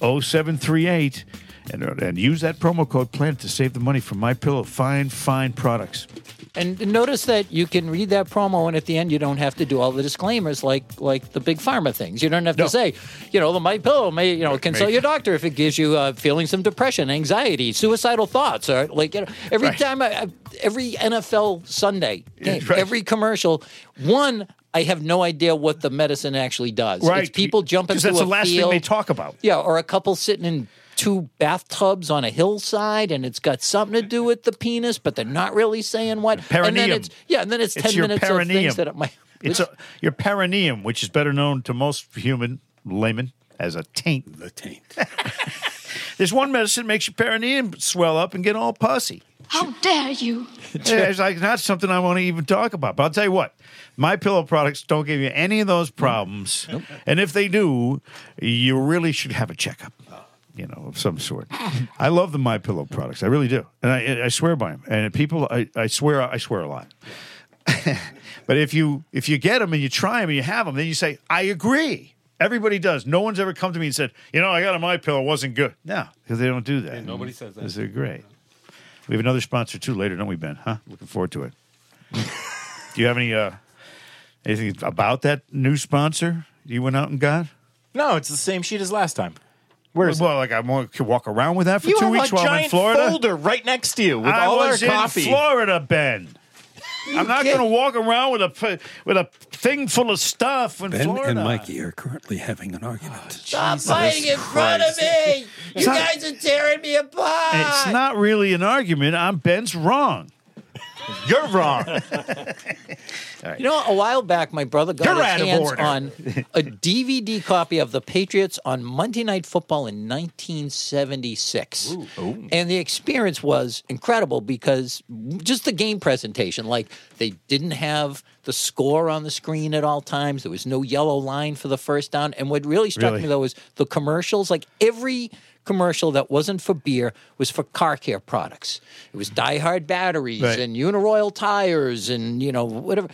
800-865-0738. And, uh, and use that promo code PLANET to save the money from My Pillow. Fine, fine products.
And notice that you can read that promo, and at the end, you don't have to do all the disclaimers like like the big pharma things. You don't have to say, you know, the my pillow may you know consult your doctor if it gives you uh, feelings of depression, anxiety, suicidal thoughts, or like you know, every time I, I- every NFL Sunday game, every commercial, one. I have no idea what the medicine actually does.
Right.
It's people jumping
'Cause
through
that's
a
the last
field.
thing they talk about.
Yeah, or a couple sitting in two bathtubs on a hillside, and it's got something to do with the penis, but they're not really saying what. And then
Perineum.
it's yeah, and then it's ten
your
minutes of
perineum.
things that it might.
It's a, your perineum, which is better known to most human laymen as a taint. The taint. [LAUGHS] There's one medicine that makes your perineum swell up and get all pussy.
How dare you?
[LAUGHS] Yeah, it's like not something I want to even talk about. But I'll tell you what, my pillow products don't give you any of those problems, and if they do, you really should have a checkup, you know, of some sort. I love the my pillow products, I really do, and I, I swear by them. And people, I, I swear, I swear a lot. [LAUGHS] but if you if you get them and you try them and you have them, then you say, I agree. Everybody does. No one's ever come to me and said, you know, I got a my pillow, it wasn't good. No, because they don't do that.
nobody says that.
'Cause They're great. We have another sponsor too later, don't we, Ben? Huh? Looking forward to it.
[LAUGHS]
Do you have any uh, anything about that new sponsor you went out and got?
No, it's the same sheet as last time.
Where is well, like I won't- could walk around with that for
you
two
have
weeks
a
while
giant
I'm in Florida.
folder right next to you with
I
all
was
our
in
coffee.
Florida, Ben. I'm not going to walk around with a p- with a thing full of stuff in
Ben
Florida.
and Mikey are currently having an argument.
Stop fighting in front of me! You
Stop.
guys are tearing me apart.
It's not really an argument. I'm Ben's wrong. You're wrong.
You know, a while back, my brother got
You're
his
out of
hands
order.
[LAUGHS] on a DVD copy of the Patriots on Monday Night Football in 1976,
oh.
and the experience was incredible because just the game presentation. Like they didn't have the score on the screen at all times. There was no yellow line for the first down. And what really struck
Really?
me though was the commercials. Like every commercial that wasn't for beer was for car care products. It was Die Hard batteries
Right.
and Uniroyal tires and you know whatever.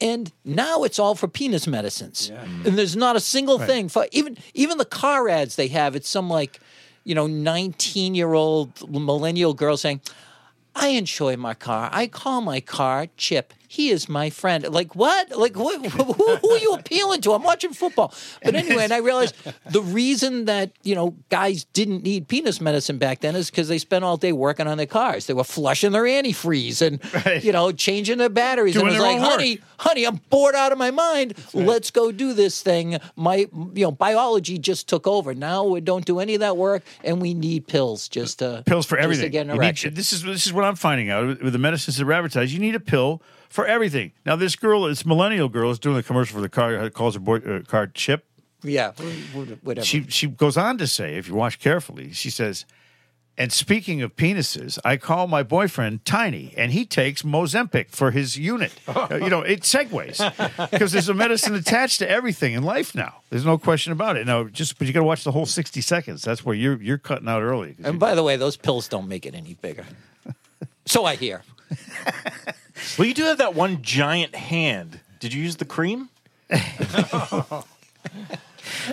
And now it's all for penis medicines, and there's not a single thing for even even the car ads they have. It's some like you know 19 year old millennial girl saying. I enjoy my car. I call my car Chip. He is my friend. Like what? Like wh- wh- who, who are you appealing to? I'm watching football. But anyway, and I realized the reason that you know guys didn't need penis medicine back then is because they spent all day working on their cars. They were flushing their antifreeze and you know changing their batteries.
Doing
and it
their
was
own
like,
work.
honey, honey, I'm bored out of my mind. Let's go do this thing. My you know biology just took over. Now we don't do any of that work, and we need pills just to
pills for
just to
everything.
get an
You need-
erection.
this is this is what I'm finding out with- with the medicines that are advertised. You need a pill for everything. Now this girl, this millennial girl, is doing the commercial for the car. Calls her boy, uh, car Chip.
Yeah, wh- wh- whatever.
She she goes on to say, if you watch carefully, she says, and speaking of penises, I call my boyfriend Tiny, and he takes Mozempic for his
[LAUGHS]
unit. Uh, you know, it segues because there's a medicine attached to everything in life now. There's no question about it. Now, just but you got to watch the whole 60 seconds. That's where you're you're cutting out early.
and by the way, those pills don't make it any bigger. So I hear.
Well, you do have that one giant hand. Did you use the cream?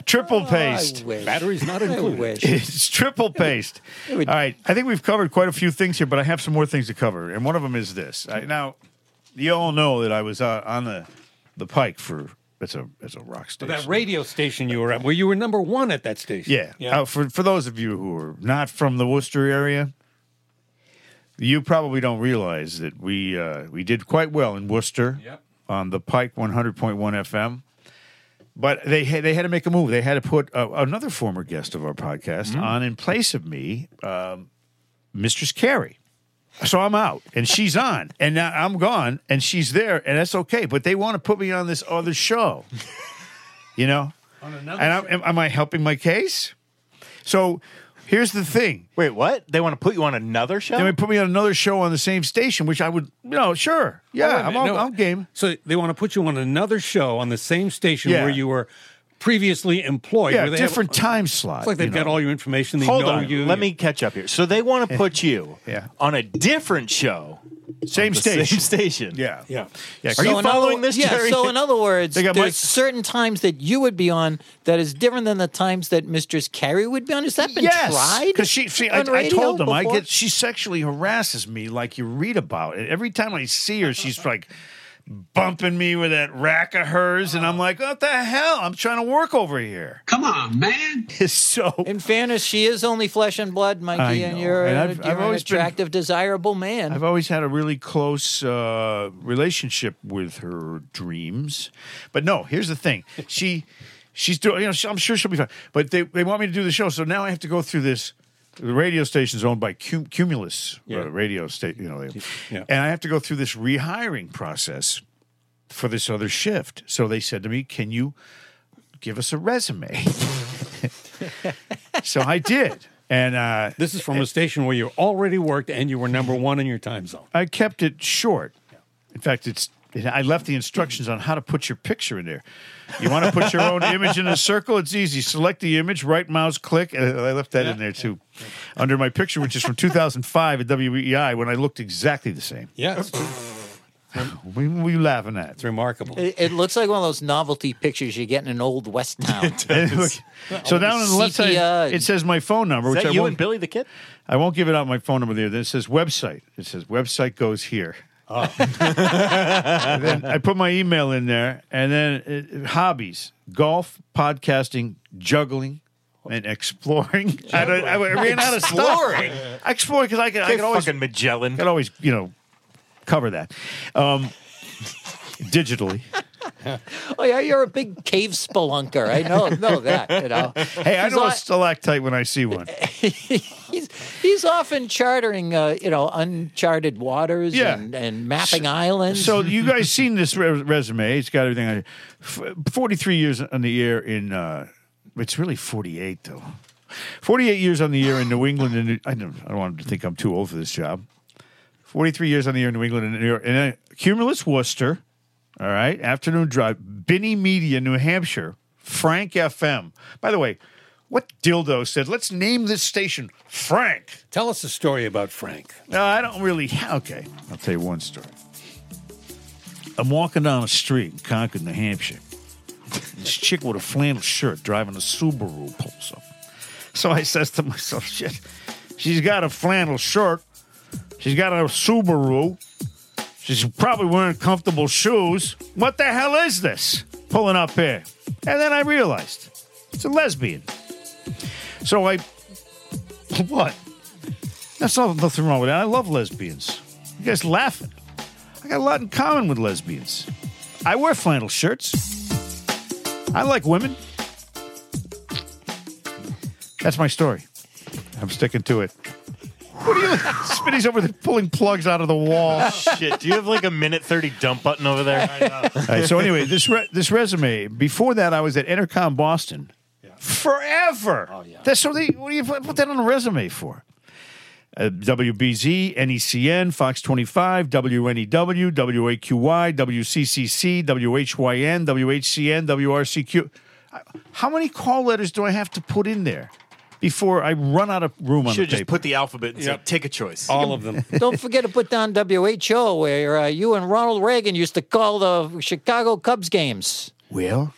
Triple paste.
I wish.
Batteries not
I
included.
wish.
It's triple paste. All right. I think we've covered quite a few things here, but I have some more things to cover. And one of them is this. I, now, you all know that I was uh, on the, the pike for. It's a it's a rock station.
Oh, That radio station you were at, where you were number one at that station.
Yeah. Uh, for for those of you who are not from the Worcester area, you probably don't realize that we uh, we did quite well in Worcester
Yep.
on the Pike 100.1 FM. But they had, they had to make a move. They had to put uh, another former guest of our podcast
Mm-hmm.
on in place of me, um, Mistress Carey. So I'm out, and she's on, and now I'm gone, and she's there, and that's okay. But they want to put me on this other
[LAUGHS]
show, you know.
On another
And I'm, am, am I helping my case? So here's the thing.
Wait, what? They want to put you on another show?
They would put me on another show on the same station, which I would, you know, sure. Yeah,
Wait a
I'm,
minute,
all,
no.
I'm game.
So they want to put you on another show on the same station
Yeah.
where you were previously employed.
Yeah,
where they
different time slot,
It's like they've
you
got
know.
all your information. They
Hold
know
on.
you.
Let me catch up here. So
[LAUGHS]
they want to put you
Yeah.
on a different show.
Same
on the
station.
Same
[LAUGHS]
station.
Yeah.
Yeah.
Yeah.
Are
So
you
in other-
following this,
Yeah.
Jerry?
So in other words,
They got
there's
mic-
certain times that you would be on that is different than the times that Mistress Carrie would be on. Has that been
Yes,
tried?
because she, she I,
on
I told
radio
them I
before?
get she sexually harasses me like you read about it. Every time I see her, she's like bumping me with that rack of hers, and I'm like, what the hell? I'm trying to work over here.
Come on,
[LAUGHS]
man.
so
In fairness, she is only flesh and blood,
I
Mikey, and
know.
you're,
And
a-
I've-
you're
I've
an
always been-
attractive, desirable man.
I've always had a really close uh, relationship with her dreams, but no. Here's the
[LAUGHS]
thing: she, she's doing. You know, she, I'm sure she'll be fine. But they, they want me to do the show, so now I have to go through this. The radio station's owned by Cum- Cumulus
Yeah.
uh, Radio Station, you know, they-
Yeah.
and I have to go through this rehiring process for this other shift. So they said to me, "Can you give us a
[LAUGHS]
resume?" [LAUGHS] so I did, and uh,
This is from a station where you already worked and you were number one in your time zone.
I kept it short. In fact, it's I left the instructions on how to put your picture in there. You want to put your
[LAUGHS]
own image in a circle? It's easy. Select the image, right mouse click. and I left that in there too, under my picture, which is from 2005 at WEI when I looked exactly the same.
Yes,
What are you laughing at?
it's remarkable.
Eh.
It, it looks like one of those novelty pictures you get in an old
[LAUGHS]
West town.
so down on the left
Sepia
side,
and-
it says my phone number,
Is
which I
that you
won't,
and Billy the Kid?
I won't give it out. My phone number there. Then it says website. It says website goes here. Oh. [LAUGHS] And then I put my email in there, and then it, it- hobbies: golf, podcasting, juggling. And exploring, [LAUGHS] I, don't- I ran out of exploring. Exploring because I can, I
Okay,
can always,
fucking Magellan.
can always, you know, cover that um, [LAUGHS] digitally.
oh yeah, you're a big cave spelunker. I know, know that. You know,
Hey, I
He's
know a
like-
stalactite when I see one.
he's he's often chartering, uh, you know, uncharted waters
Yeah.
and, and mapping islands.
So you guys seen this re- resume? It's got everything. on it. F- Forty-three years on the air in. Uh, it's really forty-eight though. Forty-eight years on the air in New England, and New- I don't. I don't want them to think I'm too old for this job. Forty-three years on the air in New England and New York, and then Cumulus Worcester. All right, afternoon drive, Binney Media, New Hampshire, Frank FM. By the way, what dildo said? Let's name this station Frank.
Tell us a story about Frank.
No, I don't really. Okay, I'll tell you one story. I'm walking down a street in Concord, New Hampshire. This chick with a flannel shirt driving a Subaru pulls up. So I says to myself, "Shit, she's got a flannel shirt. She's got a Subaru. She's probably wearing comfortable shoes. What the hell is this? Pulling up here." And then I realized it's a lesbian. So I, [LAUGHS] what? That's not nothing wrong with that. I love lesbians. You guys laughing? I got a lot in common with lesbians. I wear flannel shirts. I like women. That's my story. I'm sticking to it. What are you? [LAUGHS] Spinny's over there pulling plugs out of the wall.
[LAUGHS] Shit, do you have like a minute 30 dump button over there?
[LAUGHS] All right, so anyway, this re- this resume. Before that, I was at Intercom Boston forever. Oh yeah. That's so. They, what do you put put that on a resume for? Uh, WBZ, NECN, E Fox 25, E WNEW, WAQY, WCCC, WHYN, WHCN, WRCQ. I- How many call letters do I have to put in there before I run out of room on
Should
the
just
paper?
put the alphabet and say,
Yep.
take a choice.
All of them.
Don't forget to put down WHO, where uh, you and Ronald Reagan used to call the Chicago Cubs games.
well,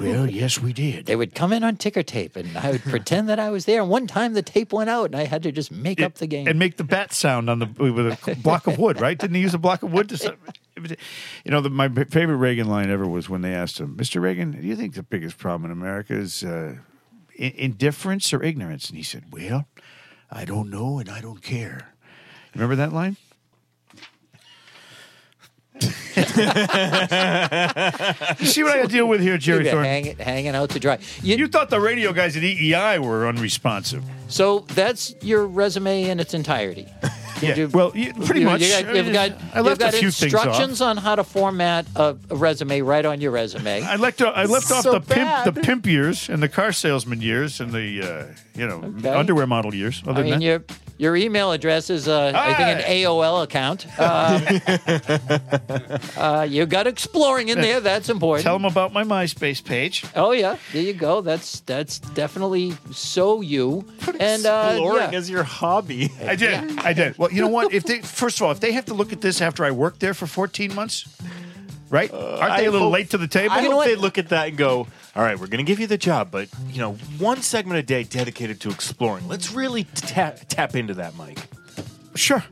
well, yes, we did.
They would come in on ticker tape, and I would pretend that I was there. And one time the tape went out, and I had to just make up the game.
and make the bat sound on the with a block of wood, right? Didn't he use a block of wood to? sound- You know, the, my favorite Reagan line ever was when they asked him, "Mr. Reagan, do you think the biggest problem in America is uh, in- indifference or ignorance?" And he said, "Well, I don't know, and I don't care." Remember that line? [LAUGHS] you see what I deal with here, Jerry
Maybe
Thorne?
hang it, hanging out to dry. You-
You thought the radio E guys at EEI were unresponsive.
so that's your resume in its entirety.
Yeah. well, you, pretty
You-
much.
You got, you've got,
I left
you've got
a few things off.
instructions on how to format a, a resume right on your resume.
[LAUGHS] I left I left off
So
the pimp the
bad.
pimp years and the car salesman years and the uh, you know
Okay.
underwear model years. Other
I mean,
than
your your email address is, uh, I think, an AOL account.
[LAUGHS]
Uh, uh, you got exploring in there. That's important.
Tell 'em about my MySpace page.
Oh yeah, there you go. That's that's definitely so you. and
exploring
uh, yeah.
is your hobby.
I did. I did. Well, you know what? If they first of all, if they have to look at this after I worked there for 14 months, right?
Uh,
Aren't they
I
a little
hope-
late to the table?
I hope they look at that and go, "All right, we're going to give you the job, but you know, one segment a day dedicated to exploring. Let's really tap tap into that, Mike."
Sure,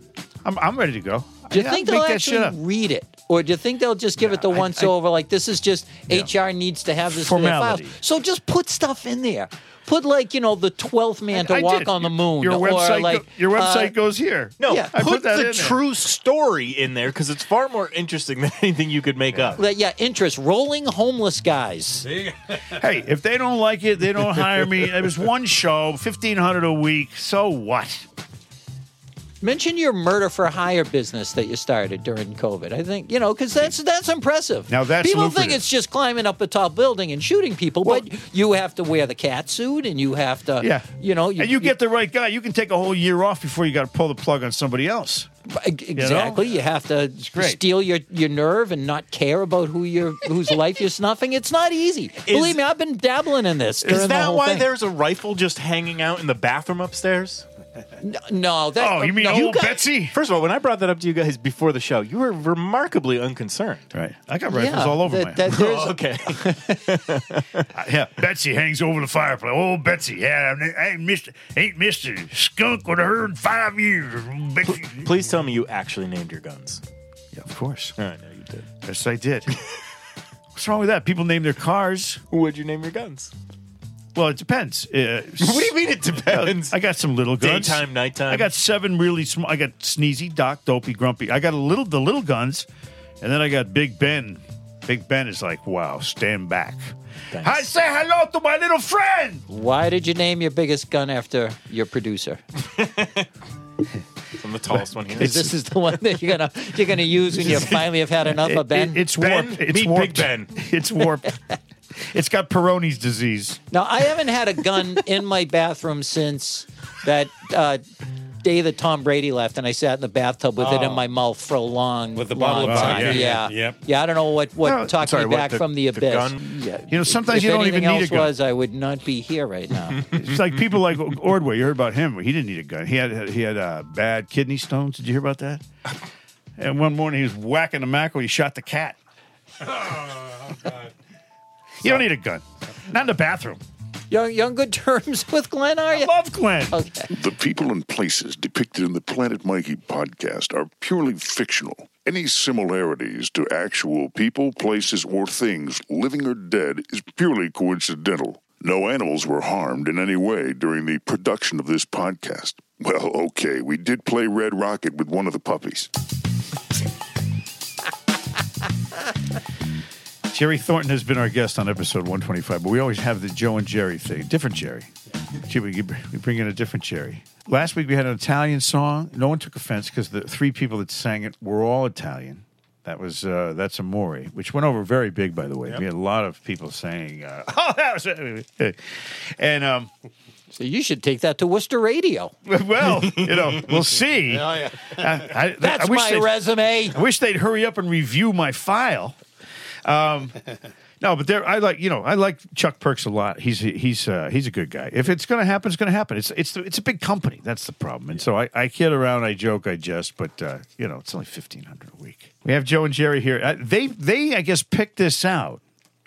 I'm, I'm ready to go.
Do you
I- I'll
think
make
they'll
that shit up.
actually read it, or do you think they'll just give it the once over? Like this is just HR needs to have this for
Formality.
their files. So just put stuff in there. Put like you know the twelfth man to
I
walk
did.
on the moon,
Your
or
website,
like
go- your website
uh,
goes here.
No,
Yeah.
I
put,
put that in
the
there.
true story in there because it's far more interesting [LAUGHS] than anything you could make up.
Like, yeah, interest. Rolling homeless guys.
hey, if they don't like it, they don't hire me. It was one show, 1500 a week. So what?
Mention your murder for hire business that you started during COVID. I think you know because that's that's impressive.
Now that's
people
lucrative.
think it's just climbing up a tall building and shooting people, but you have to wear the cat suit and you have to,
Yeah.
you know, you,
and you get the right guy. You can take a whole year off before you got to pull the plug on somebody else.
Exactly. You, have to
great.
steal your, your nerve and not care about who your whose life you're snuffing. It's not easy. Believe me, I've been dabbling in this. during
Is
the
that
whole
why
thing.
there's a rifle just hanging out in the bathroom upstairs?
No, that,
Oh, you mean
no,
old
got-
Betsy?
First of all, when I brought that up to you guys before the show, you were remarkably unconcerned.
Right. I got
Yeah,
rifles all over
that-
my
that there's-
[LAUGHS]
Oh, okay. [LAUGHS]
Yeah, Betsy hangs over the fireplace. Oh, Betsy, yeah, I ain't missed, ain't missed a skunk with her in five years. Betsy.
Please tell me you actually named your guns.
Yeah, of course.
All right, no, you did.
Yes, I did. [LAUGHS] What's wrong with that? People name their cars.
What'd you name your guns?
Well, it depends. Uh,
[LAUGHS] What do you mean it depends?
I got some little guns.
Daytime, nighttime?
I got seven really small. I got Sneezy, Doc, Dopey, Grumpy. I got a little the little guns, and then I got Big Ben. Big Ben is like, wow, stand back. I say hello to my little friend.
Why did you name your biggest gun after your producer?
I'm the tallest one here.
'Cause this is the one that you're gonna you're gonna
[LAUGHS]
use when you finally have had enough
It-
of Ben.
it- it's
Ben,
warped. It's
meet
warped.
Big Ben.
[LAUGHS] It's warped. it's got Peroni's disease.
now I haven't had a gun in my bathroom since that uh, day that Tom Brady left, and I sat in the bathtub with it in my mouth for a long,
With the bottle
long
of
time.
vodka.
yeah,
Yep.
yeah. I don't know what what
No,
talked
sorry,
me
what,
back
the-
from the
the
abyss.
gun?
Yeah.
You know, Oh, sometimes
if
you don't
anything
even need
else
a gun.
was, I would not be here right now.
It's like people like Ordway. You heard about him? He didn't need a gun. He had he had uh, bad kidney stones. Did you hear about that? And one morning he was whacking the mackerel. He shot the cat. you don't need a gun. Not in the bathroom.
you on- you on good terms with Glenn,
[LAUGHS]
are you?
Love Glenn.
The people and places depicted in the Planet Mikey podcast are purely fictional. Any similarities to actual people, places, or things, living or dead, is purely coincidental. No animals were harmed in any way during the production of this podcast. Well, okay, we did play Red Rocket with one of the puppies.
Jerry Thornton has been our guest on episode 125, but we always have the Joe and Jerry thing. Different Jerry. Gee, we we bring in a different Jerry. Last week we had an Italian song. No one took offense because the three people that sang it were all Italian. That was uh, that's Amore, which went over very big, by the way. We had a lot of people saying, uh, [LAUGHS] "Oh, that was," it." and um, [LAUGHS]
So you should take that to Worcester Radio.
well, you know, we'll see. Uh, I- I-
That's
I wish
my
they-
resume.
I wish they'd hurry up and review my file. Um, no, but there, I like you know I like Chuck Perks a lot. He's he's uh, he's a good guy. If it's going to happen, it's going to happen. It's it's it's a big company. That's the problem. And so I, I kid around, I joke, I jest, but uh, you know it's only fifteen hundred a week. We have Joe and Jerry here. Uh, they they I guess picked this out.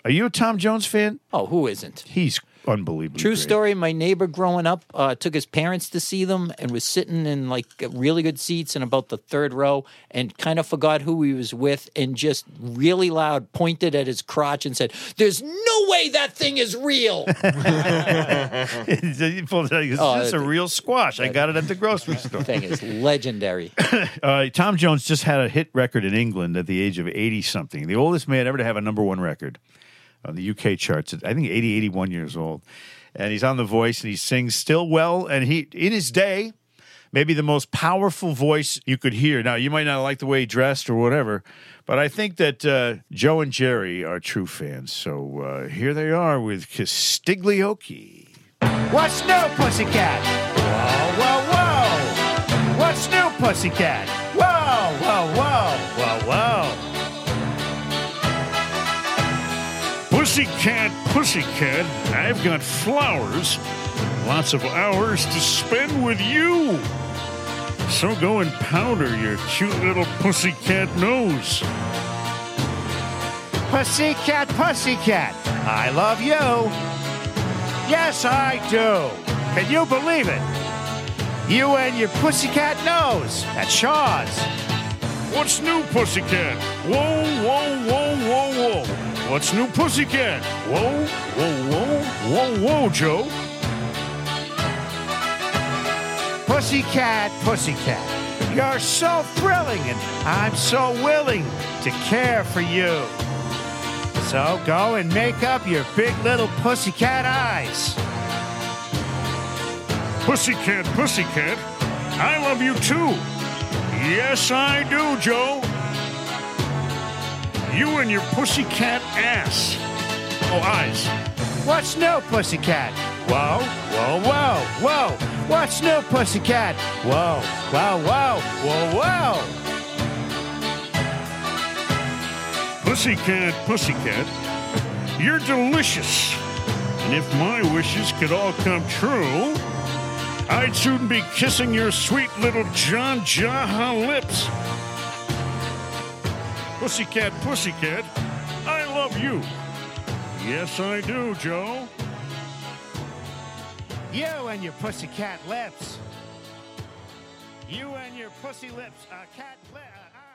Are you a Tom Jones fan?
Oh, who isn't?
He's unbelievable.
True story. My neighbor growing up uh, took his parents to see them and was sitting in like really good seats in about the third row and kind of forgot who he was with and just really loud pointed at his crotch and said, There's no way that thing is real.
[LAUGHS] he pulls out, he goes,
Oh,
this is a
that-
real squash. I got it at the grocery store.
thing is legendary.
Uh, Tom Jones just had a hit record in England at the age of 80 something, the oldest man ever to have a number one record on the UK charts. I think 80, 81 years old. And he's on The Voice and he sings still well. And he, in his day,
maybe the most powerful voice you could hear. Now, you might not like the way he dressed or whatever, but I think that uh, Joe and Jerry are true fans. So uh, here they are with Castiglioki.
What's new, pussycat? Whoa, whoa, whoa. What's new, pussycat? Whoa, whoa, whoa, whoa, whoa.
Pussycat, pussycat, I've got flowers, lots of hours to spend with you. So go and powder your cute little pussycat nose.
Pussycat, pussycat, I love you. Yes, I do. Can you believe it? You and your pussycat nose at Shaw's.
What's new, pussycat? Whoa, whoa, whoa, whoa, whoa. What's new, pussycat? Whoa, whoa, whoa, whoa, whoa, Joe.
Pussycat, pussycat, you're so thrilling and I'm so willing to care for you. So go and make up your big little pussycat eyes.
Pussycat, pussycat, I love you too. Yes, I do, Joe. You and your pussycat ass. Oh, eyes.
What's new, pussycat? Whoa, whoa, whoa, whoa. What's new, pussycat? Whoa, whoa, whoa, whoa, whoa.
Pussycat, pussycat, you're delicious. And if my wishes could all come true, I'd soon be kissing your sweet little John Jaha lips. Pussycat, pussycat, I love you. Yes, I do, Joe.
You and your pussycat lips. You and your pussy lips. Uh, cat li- uh,